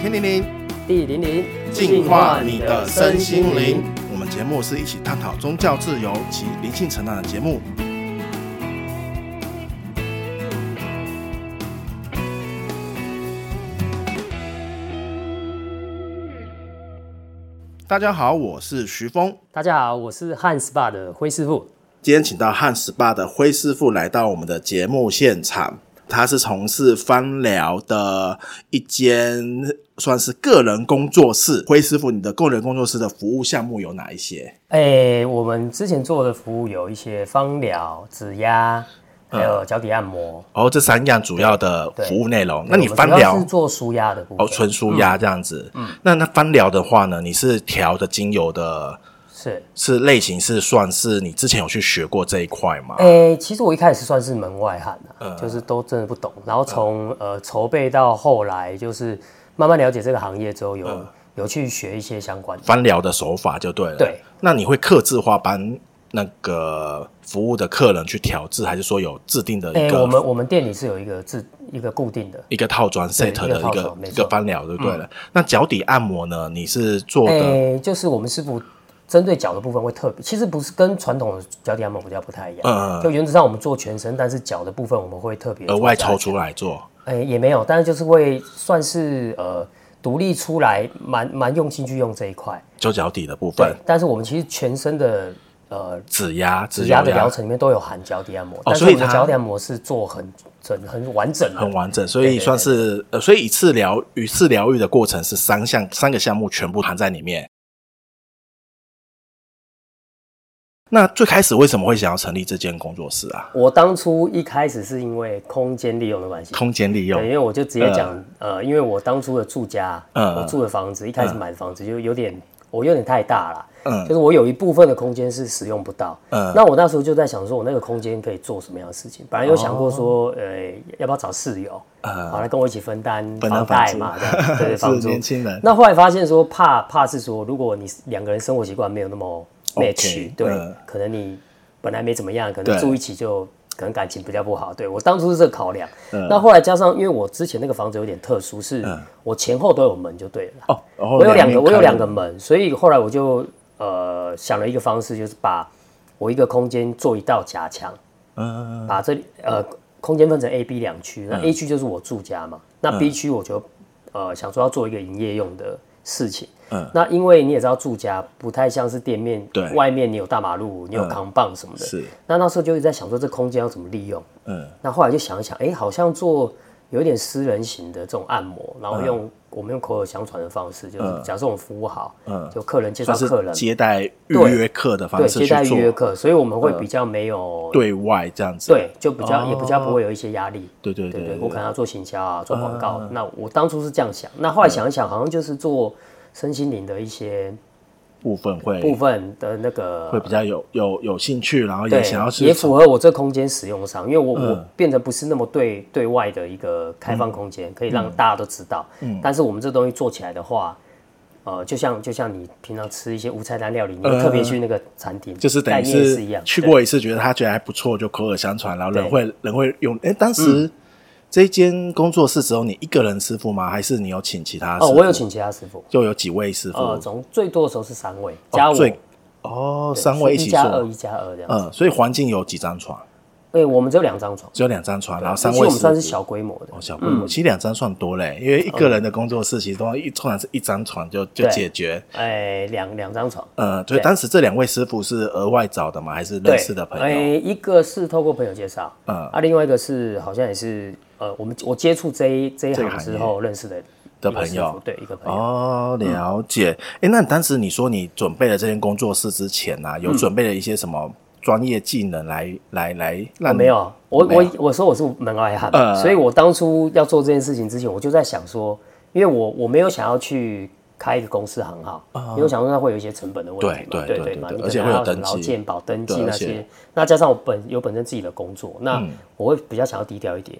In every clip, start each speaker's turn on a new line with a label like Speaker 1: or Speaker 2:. Speaker 1: 天灵灵，
Speaker 2: 地零零，
Speaker 1: 净化你的身心灵。我们节目是一起探讨宗教自由及灵性成长的节目。大家好，我是徐峰。
Speaker 2: 大家好，我是汉 SPA 的辉师傅。
Speaker 1: 今天请到汉 SPA 的辉师傅来到我们的节目现场。他是从事芳疗的一间算是个人工作室。辉师傅，你的个人工作室的服务项目有哪一些？
Speaker 2: 哎、我们之前做的服务有一些芳疗、指压，
Speaker 1: 嗯
Speaker 2: 还有脚底按摩。
Speaker 1: 哦，这三样主要的
Speaker 2: 对
Speaker 1: 服务内容。那你
Speaker 2: 我们
Speaker 1: 芳
Speaker 2: 主要
Speaker 1: 疗
Speaker 2: 是做舒压的部分，
Speaker 1: 哦，纯舒压这样子。嗯，那那芳疗的话呢，你是调的精油的，
Speaker 2: 是。
Speaker 1: 是类型是算是你之前有去学过这一块吗？
Speaker 2: 哎、其实我一开始算是门外汉啊，
Speaker 1: 嗯
Speaker 2: 就是都真的不懂。然后从、呃筹备到后来，就是慢慢了解这个行业之后有，
Speaker 1: 嗯
Speaker 2: 有、去学一些相关的。
Speaker 1: 芳疗的手法就对了。
Speaker 2: 对，
Speaker 1: 那你会克制化帮那个服务的客人去调制，还是说有制定的
Speaker 2: 哎、
Speaker 1: 一个
Speaker 2: 我们我们店里是有一个自一个固定的，
Speaker 1: 一个套装 set
Speaker 2: 一个
Speaker 1: 的一
Speaker 2: 套
Speaker 1: 个
Speaker 2: 装没
Speaker 1: 一个
Speaker 2: 错嗯
Speaker 1: 翻疗就对了。那脚底按摩呢？你是做
Speaker 2: 哎、
Speaker 1: 的
Speaker 2: 就是我们师傅针对脚的部分会特别，其实不是跟传统的脚底按摩比较不太一样。
Speaker 1: 嗯嗯嗯
Speaker 2: 就原则上我们做全身，但是脚的部分我们会特别
Speaker 1: 额外
Speaker 2: 做加
Speaker 1: 抽。出来做？
Speaker 2: 哎、也没有，但是就是会算是呃独立出来，蛮蛮用心去用这一块。
Speaker 1: 就脚底的部
Speaker 2: 对
Speaker 1: 分，，
Speaker 2: 但是我们其实全身的呃
Speaker 1: 指压、指
Speaker 2: 指压的
Speaker 1: 油
Speaker 2: 疗程里面都有含脚底按摩，但是
Speaker 1: 所
Speaker 2: 我
Speaker 1: 以
Speaker 2: 们的
Speaker 1: 它
Speaker 2: 脚底按摩是做很整很完整的。
Speaker 1: 很完整，所以算是呃，所以一次疗一次疗愈的过程是三项三个项目全部含在里面。那最开始为什么会想要成立这间工作室啊？
Speaker 2: 我当初一开始是因为空间利用的关系，
Speaker 1: 空间利用
Speaker 2: 对，因为我就直接讲，呃，因为我当初的住家，
Speaker 1: 嗯
Speaker 2: 我住的房子，一开始买的房子就有点，我有点太大了。
Speaker 1: 嗯
Speaker 2: 就是我有一部分的空间是使用不到，
Speaker 1: 嗯
Speaker 2: 那我那时候就在想说，我那个空间可以做什么样的事情？本来有想过说，
Speaker 1: 哦
Speaker 2: 呃，要不要找室友，好来跟我一起分担
Speaker 1: 嗯分担
Speaker 2: 贷
Speaker 1: 房租
Speaker 2: 嘛，这样对，
Speaker 1: 是
Speaker 2: 房租。
Speaker 1: 年轻人
Speaker 2: 那后来发现说，怕怕是说，如果你两个人生活习惯没有那么 match，对
Speaker 1: 嗯，
Speaker 2: 可能你本来没怎么样，可
Speaker 1: 对
Speaker 2: 能住一起就可能感情比较不好。对我当初是这个考量，
Speaker 1: 嗯
Speaker 2: 那后来加上，因为我之前那个房子有点特殊，是我前后都有门就对了啦。
Speaker 1: 哦，然后
Speaker 2: 我有两
Speaker 1: 面
Speaker 2: 个，我有
Speaker 1: 开
Speaker 2: 两个门，所以后来我就呃想了一个方式，就是把我一个空间做一道夹墙，
Speaker 1: 嗯，
Speaker 2: 把这里呃空间分成 A、B 两区，那 A 区就是我住家嘛，
Speaker 1: 嗯
Speaker 2: 那 B 区我就呃想说要做一个营业用的事情。
Speaker 1: 嗯
Speaker 2: 那因为你也知道住家不太像是店面，
Speaker 1: 对嗯
Speaker 2: 外面你有大马路，你有扛棒什么的，
Speaker 1: 是
Speaker 2: 那那时候就一直在想说这空间要怎么利用。
Speaker 1: 嗯
Speaker 2: 那后来就想一想，哎、好像做有一点私人型的这种按摩，然
Speaker 1: 嗯
Speaker 2: 后用、我们用口耳相传的方式，就是假设我们服务好，
Speaker 1: 嗯
Speaker 2: 就客人介绍
Speaker 1: 算是
Speaker 2: 客人，
Speaker 1: 接待预
Speaker 2: 对
Speaker 1: 约客的
Speaker 2: 对
Speaker 1: 方式
Speaker 2: 接
Speaker 1: 去
Speaker 2: 待预
Speaker 1: 做，嗯
Speaker 2: 约客，所以我们会比较没有、
Speaker 1: 对外这样子。
Speaker 2: 对，就比较、也比较不会有一些压力。
Speaker 1: 对对
Speaker 2: 对
Speaker 1: 对嗯
Speaker 2: 对，我可能要做行销啊，做广告。那我当初是这样想，那后来想一想，好像就是做身心灵的一些
Speaker 1: 部分会
Speaker 2: 部分的那个
Speaker 1: 会比较有有有兴趣，然后也
Speaker 2: 对，
Speaker 1: 想要嗯去
Speaker 2: 也符合我这空间使用上，因为我、我变得不是那么对对外的一个开
Speaker 1: 嗯
Speaker 2: 放空间，可以让大家都知道。但是我们这东西做起来的话，呃，就像就像你平常吃一些无菜单料理，你会特别去那个餐厅，
Speaker 1: 呃就是等
Speaker 2: 概
Speaker 1: 于
Speaker 2: 念是一样，
Speaker 1: 去
Speaker 2: 对
Speaker 1: 过一次，觉得他觉得还不错，就口耳相传，然后人
Speaker 2: 对嗯
Speaker 1: 会人会用。哎，当时这一间工作室只有你一个人师傅吗？还是你有请其他？
Speaker 2: 哦，我有，请其他师傅，
Speaker 1: 就有几位师
Speaker 2: 呃，
Speaker 1: 傅，
Speaker 2: 总最多的时候是三位，加我、
Speaker 1: 最哦，三位一
Speaker 2: 一
Speaker 1: 起
Speaker 2: 加二
Speaker 1: 做，
Speaker 2: 一加二这样。
Speaker 1: 嗯，所以环境有几张床，
Speaker 2: 对，我们只有两张床，
Speaker 1: 只有两张床，然后
Speaker 2: 其
Speaker 1: 三
Speaker 2: 实
Speaker 1: 位
Speaker 2: 我
Speaker 1: 师
Speaker 2: 们算
Speaker 1: 傅
Speaker 2: 是。小规模的
Speaker 1: 哦，小规模，其实两张算多嘞，因为一个人的工作室其实都一通常是一张床就就
Speaker 2: 对
Speaker 1: 解决。
Speaker 2: 哎，两两张床。
Speaker 1: 呃，所以
Speaker 2: 对
Speaker 1: 当时这两位师傅是额外找的吗？还是认识的朋友？
Speaker 2: 诶哎一个是透过朋友介绍，
Speaker 1: 嗯
Speaker 2: 啊，另外一个是好像也是呃，我们我接触这一这一
Speaker 1: 这个
Speaker 2: 行
Speaker 1: 行
Speaker 2: 之后认识的
Speaker 1: 的
Speaker 2: 一个
Speaker 1: 朋
Speaker 2: 师
Speaker 1: 友
Speaker 2: 傅对一个朋友。嗯
Speaker 1: 哦，了解。哎、那当时你说你准备了这间工作室之前呢、啊，
Speaker 2: 嗯
Speaker 1: 有准备了一些什么专业技能来来来让你
Speaker 2: 我哦没？有，我
Speaker 1: 没有
Speaker 2: 我我说我是门外汉，
Speaker 1: 呃
Speaker 2: 所以我当初要做这件事情之前，我就在想说，因为我我没有想要去开一个公司行号，因为我想说它会有一些成本的问题嘛，
Speaker 1: 啊对对
Speaker 2: 对
Speaker 1: 对
Speaker 2: 嘛，
Speaker 1: 对
Speaker 2: 你
Speaker 1: 而
Speaker 2: 可
Speaker 1: 且
Speaker 2: 能
Speaker 1: 会有
Speaker 2: 还要什
Speaker 1: 登
Speaker 2: 么劳
Speaker 1: 记
Speaker 2: 健保登记
Speaker 1: 对而
Speaker 2: 那
Speaker 1: 且嗯
Speaker 2: 些，那加上我本有本身自己的工作，那我会比较想要低调一点，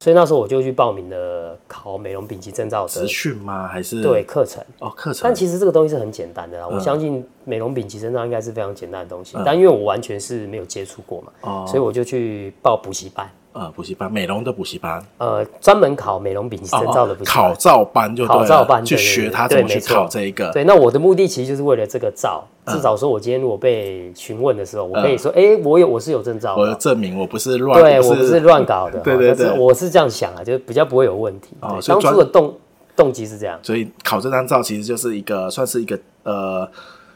Speaker 2: 所以那时候我就去报名了考美容丙级证照
Speaker 1: 职
Speaker 2: 的
Speaker 1: 训吗？还是
Speaker 2: 对课程。
Speaker 1: 哦课程
Speaker 2: 但？其实这个东西是很简单的啦，
Speaker 1: 嗯
Speaker 2: 我相信美容丙级身上应该
Speaker 1: 哦
Speaker 2: 是非常简单的东西，但因为我完全是没有接触过嘛，所以我就去报补习班。
Speaker 1: 呃补习班，美容的补习班，
Speaker 2: 呃，专门考美容丙证
Speaker 1: 哦
Speaker 2: 照的不是
Speaker 1: 考照班就对了
Speaker 2: 考照班
Speaker 1: 去
Speaker 2: 对对
Speaker 1: 学
Speaker 2: 对
Speaker 1: 他怎
Speaker 2: 对
Speaker 1: 么去
Speaker 2: 没错
Speaker 1: 考这一个，
Speaker 2: 对，那我的目的其实就是为了这个照，
Speaker 1: 嗯
Speaker 2: 至少说我今天如果被询问的时候，我可以说，哎、我有我是有证照
Speaker 1: 我要
Speaker 2: 的，
Speaker 1: 证明我不是乱，
Speaker 2: 对我
Speaker 1: 不
Speaker 2: 不是乱搞 的，
Speaker 1: 对对
Speaker 2: 哦但是
Speaker 1: 对
Speaker 2: 我是这样想啊，就比较不会有问题。
Speaker 1: 哦
Speaker 2: 对
Speaker 1: 所以
Speaker 2: 当
Speaker 1: 专
Speaker 2: 初的动动机是这样，
Speaker 1: 所以考这张照其实就是一个算是一个呃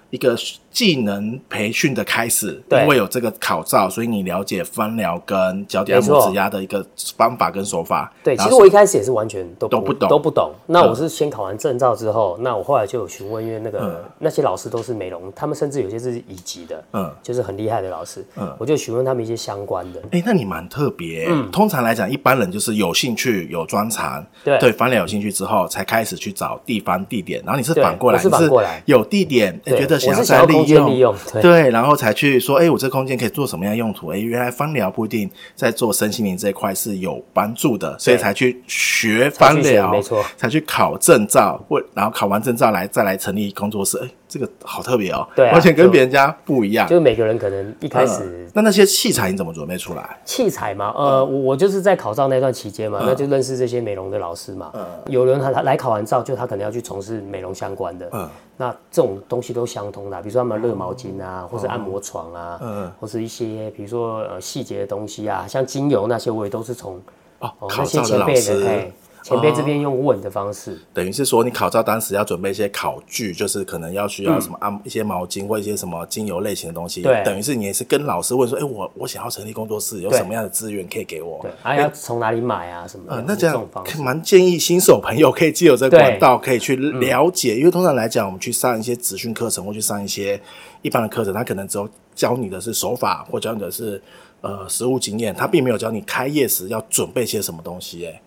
Speaker 1: 一个技能培训的开始，
Speaker 2: 对
Speaker 1: 因为有这个考照，所以你了解翻疗跟脚底按
Speaker 2: 没
Speaker 1: 摩
Speaker 2: 错
Speaker 1: 指压的一个方法跟手法。
Speaker 2: 对，
Speaker 1: 然
Speaker 2: 其
Speaker 1: 后
Speaker 2: 实我一开始也是完全都
Speaker 1: 都不懂
Speaker 2: 都不懂。那
Speaker 1: 嗯
Speaker 2: 我是先考完证照之后，那我后来就有询问，因为那个、那些老师都是美容，他们甚至有些是乙级的，
Speaker 1: 嗯
Speaker 2: 就是很厉害的老师，
Speaker 1: 嗯
Speaker 2: 我就询问他们一些相关的。
Speaker 1: 哎，那你蛮特别、
Speaker 2: 嗯
Speaker 1: 通常来讲，一般人就是有兴趣、有专长，
Speaker 2: 对
Speaker 1: 对翻疗有兴趣之后，才开始去找地方地点。然后你是
Speaker 2: 对
Speaker 1: 反过来，
Speaker 2: 我是
Speaker 1: 你
Speaker 2: 反过来
Speaker 1: 有地点，诶
Speaker 2: 对
Speaker 1: 觉得
Speaker 2: 我是
Speaker 1: 再
Speaker 2: 想要空间利用，对
Speaker 1: 对，啊然后才去说，哎，我这空间可以做什么样用途？哎，原来芳疗不一定在做身心灵这一块是有帮助的，所以才去学芳
Speaker 2: 才去学
Speaker 1: 疗，
Speaker 2: 没错，
Speaker 1: 才去考证照，或然后考完证照来再来成立工作室。哎，这个好特别哦，
Speaker 2: 对啊
Speaker 1: 完全跟
Speaker 2: 就
Speaker 1: 别人家不一样。
Speaker 2: 就是每个人可能一开始
Speaker 1: 嗯那那些器材你怎么准备出来？
Speaker 2: 器材嘛，
Speaker 1: 嗯
Speaker 2: 呃，我我就是在考照那段期间嘛，那就认识这些美容的老师
Speaker 1: 嗯
Speaker 2: 嘛。有人他来考完照，就他可能要去从事美容相关的，
Speaker 1: 嗯
Speaker 2: 那这种东西都相通的啊，比如说他们热毛巾
Speaker 1: 嗯
Speaker 2: 啊，或是按摩床啊，或是一些比如说呃细节的东西啊，像精油那些，我也都是从
Speaker 1: 哦，
Speaker 2: 哦
Speaker 1: 考
Speaker 2: 那些
Speaker 1: 照的
Speaker 2: 前
Speaker 1: 老
Speaker 2: 辈
Speaker 1: 师嗯
Speaker 2: 的，哎，前辈这边用问的方式，
Speaker 1: 等于是说，你考照当时要准备一些考具，就是可能要需要什么按、一些毛巾或一些什么精油类型的东西。
Speaker 2: 嗯对
Speaker 1: 等于是你也是跟老师问说，哎、我我想要成立工作室，有
Speaker 2: 对
Speaker 1: 什么样的资源可以给我？
Speaker 2: 对，还要从哪里买啊什么
Speaker 1: 呃
Speaker 2: 的，，
Speaker 1: 哎那这样
Speaker 2: 种方
Speaker 1: 可
Speaker 2: 式
Speaker 1: 以，蛮建议新手朋友可以借由这个
Speaker 2: 对
Speaker 1: 管道可以去了解，因为通常来讲，我们去上一些职训课程或去上一些一般的课程，他可能只有教你的是手法或教你的是呃实务经验，他并没有教你开业时要准备些什么东西、哎，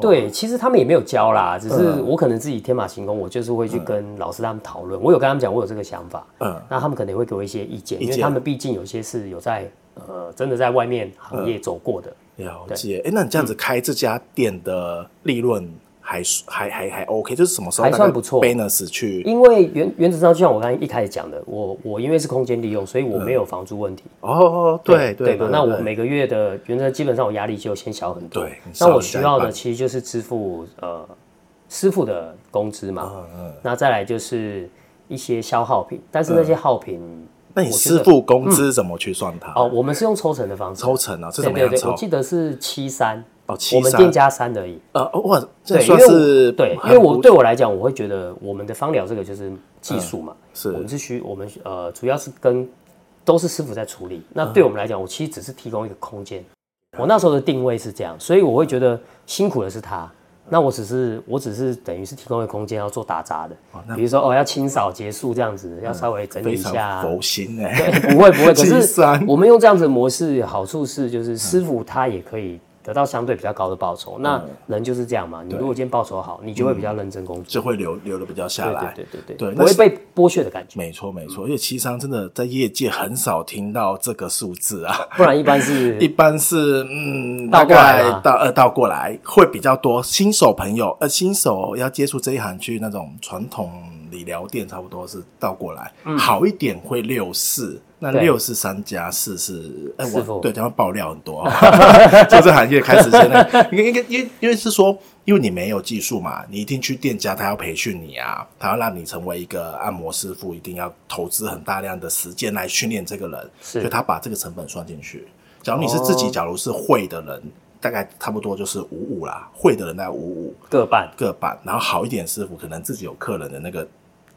Speaker 2: 对，其实他们也没有教啦，只是
Speaker 1: 嗯
Speaker 2: 我可能自己天马行空，我就是会去跟老师他们讨论。我有跟他们讲，我有这个想法，
Speaker 1: 嗯
Speaker 2: 嗯，那他们可能会给我一些意见，因为
Speaker 1: 见
Speaker 2: 他们毕竟有些是有在呃真的在外面
Speaker 1: 嗯
Speaker 2: 行业走过的。
Speaker 1: 了解。哎、那你这
Speaker 2: 嗯
Speaker 1: 样子开这家店的利润还、还还还 OK，就是什么时候
Speaker 2: 还算
Speaker 1: 大概
Speaker 2: 不错
Speaker 1: bonus 去
Speaker 2: 因为原原则上，就像我刚才一开始讲的，我我因为是空间利用，所以我没有房租问题。
Speaker 1: 哦，嗯对
Speaker 2: 对吧？那我
Speaker 1: 对
Speaker 2: 每个月的原则基本上我压力就先小很多。
Speaker 1: 对你少
Speaker 2: 那我
Speaker 1: 了
Speaker 2: 需
Speaker 1: 加一
Speaker 2: 要的
Speaker 1: 半
Speaker 2: 其实就是支付呃师傅的工资嘛，
Speaker 1: 嗯
Speaker 2: 那再来就是一些消耗品，但
Speaker 1: 嗯
Speaker 2: 是那些耗品、
Speaker 1: 那你
Speaker 2: 我觉
Speaker 1: 师
Speaker 2: 得嗯
Speaker 1: 傅工资怎么去算它？
Speaker 2: 哦，我们是用抽成的方式，
Speaker 1: 抽成啊，是
Speaker 2: 对
Speaker 1: 怎么
Speaker 2: 对
Speaker 1: 样
Speaker 2: 对，
Speaker 1: 抽
Speaker 2: 我？记得是七三，
Speaker 1: 哦，
Speaker 2: 我
Speaker 1: 七
Speaker 2: 们
Speaker 1: 三
Speaker 2: 店加三而已。
Speaker 1: 呃，哦哇，这
Speaker 2: 对，因
Speaker 1: 算
Speaker 2: 为
Speaker 1: 是
Speaker 2: 我对，因
Speaker 1: 很
Speaker 2: 为我
Speaker 1: 不
Speaker 2: 对我来讲，我会觉得我们的芳疗这个就是技术嘛，
Speaker 1: 嗯是
Speaker 2: 我们是需我们呃主要是跟都是师傅在处理。
Speaker 1: 嗯
Speaker 2: 那对我们来讲，我其实只是提供一个空间。我那时候的定位是这样，所以我会觉得辛苦的是他。那我只是我只是等于是提供一个空间要做打杂的，比如说哦要清扫结束这样子，要稍微整理
Speaker 1: 非
Speaker 2: 一下啊
Speaker 1: 常，佛心哎、
Speaker 2: 对不会不会，可
Speaker 1: 计
Speaker 2: 是
Speaker 1: 算嗯
Speaker 2: 我们用这样子的模式，好处是就是师傅他也可以得到相对比较高的报酬。那
Speaker 1: 嗯
Speaker 2: 人就是这样嘛，你如果今天报酬好，你就会比较认真工作，
Speaker 1: 就会留留的比较下
Speaker 2: 对
Speaker 1: 嗯来。
Speaker 2: 对嗯对对
Speaker 1: 对
Speaker 2: 不
Speaker 1: 那
Speaker 2: 会
Speaker 1: 是
Speaker 2: 被剥削的感觉。
Speaker 1: 没错没错，因为七商真的在业界很少听到这个数字啊，
Speaker 2: 不然一 般
Speaker 1: 一
Speaker 2: 是
Speaker 1: 般是嗯，大
Speaker 2: 倒过来
Speaker 1: 概
Speaker 2: 嘛
Speaker 1: 到呃倒过来会比较多。新手朋友呃，新手要接触这一行，去那种传统理疗店，差不多是倒过来，好一点会六四。那
Speaker 2: 嗯对
Speaker 1: 六是三加四是，哎、
Speaker 2: 师
Speaker 1: 我
Speaker 2: 傅
Speaker 1: 对，这样爆料很多、哦， 做这行业开始现在， 因为因为因为因为是说，因为你没有技术嘛，你一定去店家，他要培训你啊，他要让你成为一个按摩师傅，一定要投资很大量的时间来训练这个人，
Speaker 2: 是
Speaker 1: 所以他把这个成本算进去。假如你是自己，假如是会的人，大概差不多就是五五啦，会的人大概五五
Speaker 2: 各半。
Speaker 1: 各半，然后好一点师傅可能自己有客人的那个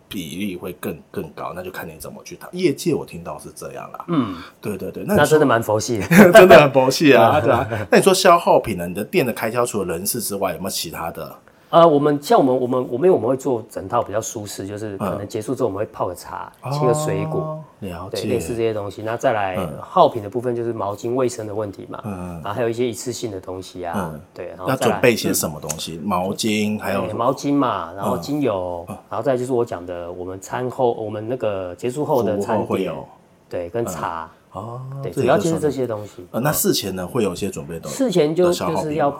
Speaker 1: 比例会更更高，那就看你怎么去谈。业界我听到是这样啦，嗯，对对对，那你
Speaker 2: 那
Speaker 1: 说
Speaker 2: 真的蛮 佛系的。
Speaker 1: 真的很佛系啊，对啊。那你说消耗品呢？你的店的开销除了人事之外，有没有其他的？
Speaker 2: 呃，我们像我们我们我们因为我们会做整套比较舒适，就是可能结束之后我们会泡个茶，切个水果，
Speaker 1: 哦，了
Speaker 2: 对，
Speaker 1: 解，嗯
Speaker 2: 类似这些东西。那再来、耗品的部分就是毛巾、卫生的问题嘛，然后还有一些一次性的东西啊，对，然后
Speaker 1: 嗯要
Speaker 2: 再来嗯
Speaker 1: 准备些什么东西？毛巾，还有
Speaker 2: 对哎毛巾嘛，然后
Speaker 1: 哦
Speaker 2: 精油，然后再就是我讲的，我们餐后我们那个结束后的
Speaker 1: 服务
Speaker 2: 餐
Speaker 1: 后会
Speaker 2: 点，
Speaker 1: 有嗯
Speaker 2: 对，跟茶，
Speaker 1: 哦，
Speaker 2: 对，
Speaker 1: 这
Speaker 2: 主要
Speaker 1: 就
Speaker 2: 就是
Speaker 1: 算嗯
Speaker 2: 这些东西。
Speaker 1: 呃，那事前呢会有一些准备的东西，
Speaker 2: 事前就
Speaker 1: 消耗
Speaker 2: 就是
Speaker 1: 品
Speaker 2: 要
Speaker 1: 嘛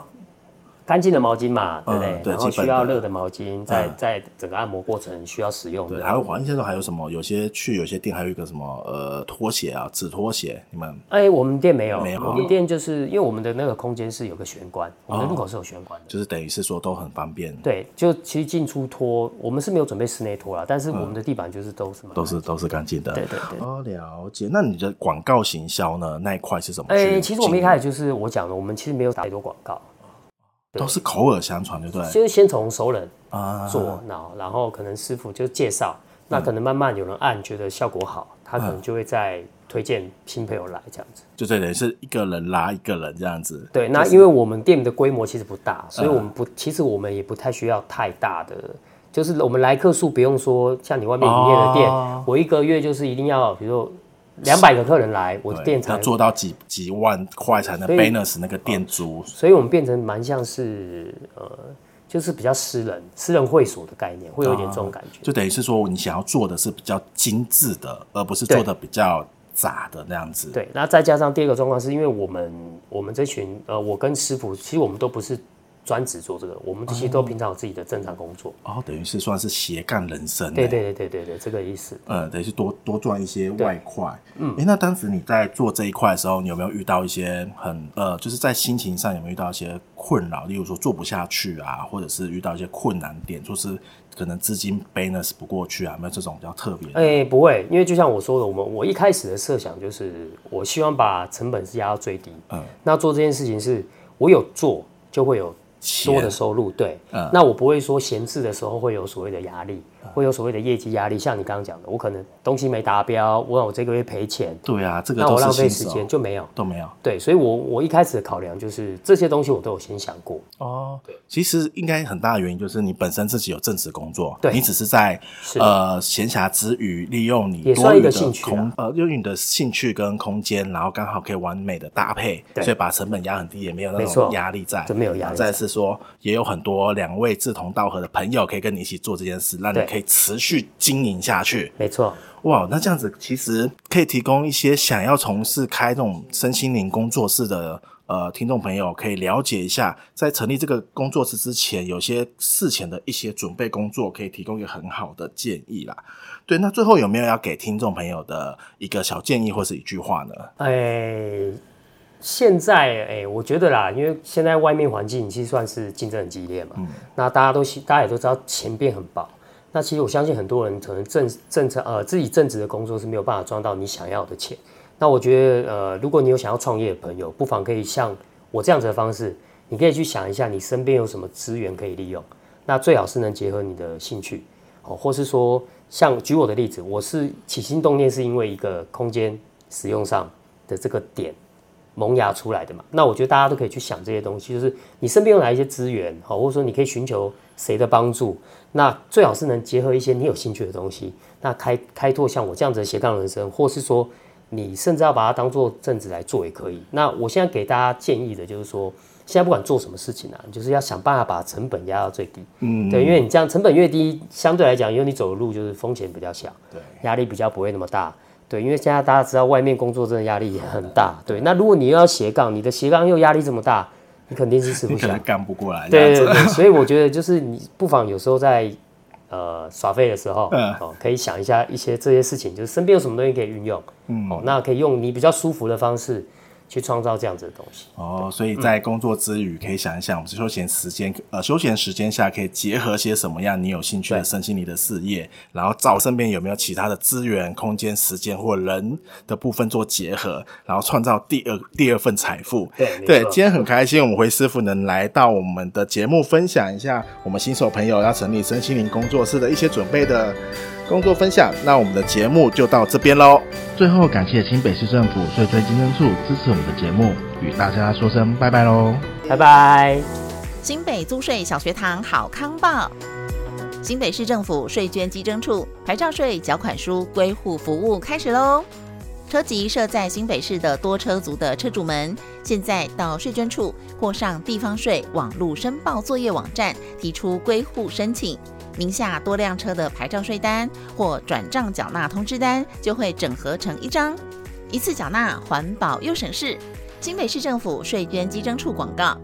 Speaker 2: 干净的毛巾嘛，对不对？
Speaker 1: 嗯对
Speaker 2: 然后
Speaker 1: 基本
Speaker 2: 需
Speaker 1: 的
Speaker 2: 要热的毛巾，在
Speaker 1: 嗯
Speaker 2: 在整个按摩过程需要使用
Speaker 1: 对，
Speaker 2: 的。
Speaker 1: 还有我印象中还有什么？有些去有些店还有一个什么呃拖鞋啊，纸拖鞋，你们
Speaker 2: 哎，我们店没有，
Speaker 1: 没有
Speaker 2: 我们店就是因为我们的那个空间是有个玄关，我
Speaker 1: 哦
Speaker 2: 们的入口是有玄关的。
Speaker 1: 就是等于是说都很方便，
Speaker 2: 对，就其实进出拖，我们是没有准备室内拖啦，但是我们的地板就是都是嘛。
Speaker 1: 都是都是干净的。
Speaker 2: 对对对。
Speaker 1: 哦，了解。那你的广告行销呢？那一块是怎么去
Speaker 2: 哎、
Speaker 1: 经营？
Speaker 2: 其实我们一开始就是我讲的，我们其实没有打太多广告，
Speaker 1: 都是口耳相传，对不对？
Speaker 2: 就是先从熟人
Speaker 1: 哎啊，嗯
Speaker 2: 做，然后然后可能师傅就介绍，那可能慢慢有人按，觉得效果好，他
Speaker 1: 啊
Speaker 2: 可能就会再推荐新朋友来这样子。
Speaker 1: 就这等于是一个人拉一个人这样子。
Speaker 2: 对，那因为我们店的规模其实不
Speaker 1: 啊
Speaker 2: 大，所以我们不，其实我们也不太需要太大的，就是我们来客数不用说像你外面营业的店，
Speaker 1: 哦
Speaker 2: 我一个月就是一定要，比如两百个客人来，我的
Speaker 1: 对
Speaker 2: 店
Speaker 1: 要
Speaker 2: 才，
Speaker 1: 做到几几万块才能
Speaker 2: 所以
Speaker 1: balance 那个店租，
Speaker 2: 所以我们变成蛮像是呃，就是比较私人、私人会所的概念，会有一点这种感觉。
Speaker 1: 就等于是说你想要做的是比较精致的，而不是做的比较杂的那样子。
Speaker 2: 对，那再加上第二个状况，是因为我们我们这群呃，我跟师傅其实我们都不是专职做这个，我们其实都平常有自己的正常工作。
Speaker 1: 哦，等于是算是斜杠人生。欸
Speaker 2: 对。对对对对对，这个意思。
Speaker 1: 呃，等于是多多赚一些外快。嗯，哎，那当时你在做这一块的时候，你有没有遇到一些很呃，就是在心情上有没有遇到一些困扰？例如说做不下去啊，或者是遇到一些困难点，就是可能资金 balance 不过去啊，有没有这种比较特别的？
Speaker 2: 哎、不会，因为就像我说的，我们我一开始的设想就是，我希望把成本是压到最低。
Speaker 1: 嗯
Speaker 2: 那做这件事情是，我有做就会有
Speaker 1: 钱
Speaker 2: 多的收入，对。
Speaker 1: 嗯
Speaker 2: 那我不会说闲置的时候会有所谓的压力，会有所谓的业绩压力。像你刚刚讲的，我可能东西没达标，我让我这个月赔钱，
Speaker 1: 对啊，这个
Speaker 2: 那
Speaker 1: 都
Speaker 2: 我浪
Speaker 1: 是
Speaker 2: 费
Speaker 1: 新
Speaker 2: 时
Speaker 1: 手
Speaker 2: 间就没有。
Speaker 1: 都没有
Speaker 2: 对，所以我我一开始的考量就是这些东西我都有先想过。
Speaker 1: 哦。其实应该很大的原因就是你本身自己有正职工作，
Speaker 2: 对
Speaker 1: 你只是在
Speaker 2: 是
Speaker 1: 呃闲暇之余利用你
Speaker 2: 也
Speaker 1: 多
Speaker 2: 算
Speaker 1: 余
Speaker 2: 一个
Speaker 1: 的
Speaker 2: 兴趣啊
Speaker 1: 空呃，用你的兴趣跟空间，然后刚好可以完美的搭配，
Speaker 2: 对
Speaker 1: 所以把成本压很低，也没有那
Speaker 2: 没
Speaker 1: 种
Speaker 2: 错
Speaker 1: 压力在，
Speaker 2: 这没有压力
Speaker 1: 然后再是说，也有很多两位志同道合的朋友可以跟你一起做这件事，让你
Speaker 2: 对
Speaker 1: 可以持续经营下去。
Speaker 2: 没错，
Speaker 1: 哇，那这样子其实可以提供一些想要从事开这种身心灵工作室的呃听众朋友，可以了解一下，在成立这个工作室之前，有些事前的一些准备工作，可以提供一个很好的建议啦。对，那最后有没有要给听众朋友的一个小建议或是一句话呢？
Speaker 2: 哎、现在哎、我觉得啦，因为现在外面环境其实算是竞争很激烈嘛，那大家都希大家也都知道钱变很薄。那其实我相信很多人可能正正常呃自己正职的工作是没有办法赚到你想要的钱。那我觉得呃，如果你有想要创业的朋友，不妨可以像我这样子的方式，你可以去想一下你身边有什么资源可以利用。那最好是能结合你的兴趣哦，或是说像举我的例子，我是起心动念是因为一个空间使用上的这个点萌芽出来的嘛。那我觉得大家都可以去想这些东西，就是你身边有哪一些资源，好，或者说你可以寻求谁的帮助，那最好是能结合一些你有兴趣的东西，那开开拓像我这样子的斜杠人生，或是说你甚至要把它当做正职来做也可以。那我现在给大家建议的就是说。现在不管做什么事情啊，你就是要想办法把成本压到最低。嗯，对，因为你这样成本越低，相对来讲，因为你走的路就是风险比较小，
Speaker 1: 对，
Speaker 2: 压力比较不会那么大。对，因为现在大家知道外面工作真的压力也很大。对，那如果你又要斜杠，你的斜杠又压力这么大，你肯定是吃
Speaker 1: 你
Speaker 2: 不
Speaker 1: 可
Speaker 2: 消
Speaker 1: 能。干不过来，这样
Speaker 2: 对
Speaker 1: 子
Speaker 2: 对对，所以我觉得就是你不妨有时候在呃耍废的时候，
Speaker 1: 嗯
Speaker 2: 哦，可以想一下一些这些事情，就是身边有什么东西可以运用，
Speaker 1: 嗯
Speaker 2: 哦，那可以用你比较舒服的方式去创造这样子的东西。
Speaker 1: 哦，所以在工作之余，可以想一想，我们休闲时间，呃，休闲时间下可以结合些什么样你有兴趣的身心灵的事业，然后找身边有没有其他的资源、空间、时间或人的部分做结合，然后创造第二第二份财富。
Speaker 2: 对没
Speaker 1: 对，
Speaker 2: 错
Speaker 1: 今天很开心，我们回师傅能来到我们的节目，分享一下我们新手朋友要成立身心灵工作室的一些准备的工作分享。那我们的节目就到这边喽。最后感谢新北市政府税捐经征处支持我们的节目，与大家说声拜拜喽。
Speaker 2: 拜拜。
Speaker 3: 新北租税小学堂好康报。新北市政府税捐稽征处牌照税缴款书归户服务开始喽！车籍设在新北市的多车族的车主们，现在到税捐处或上地方税网路申报作业网站提出归户申请，名下多辆车的牌照税单或转账缴纳通知单就会整合成一张，一次缴纳，环保又省事。新北市政府税捐稽征处广告。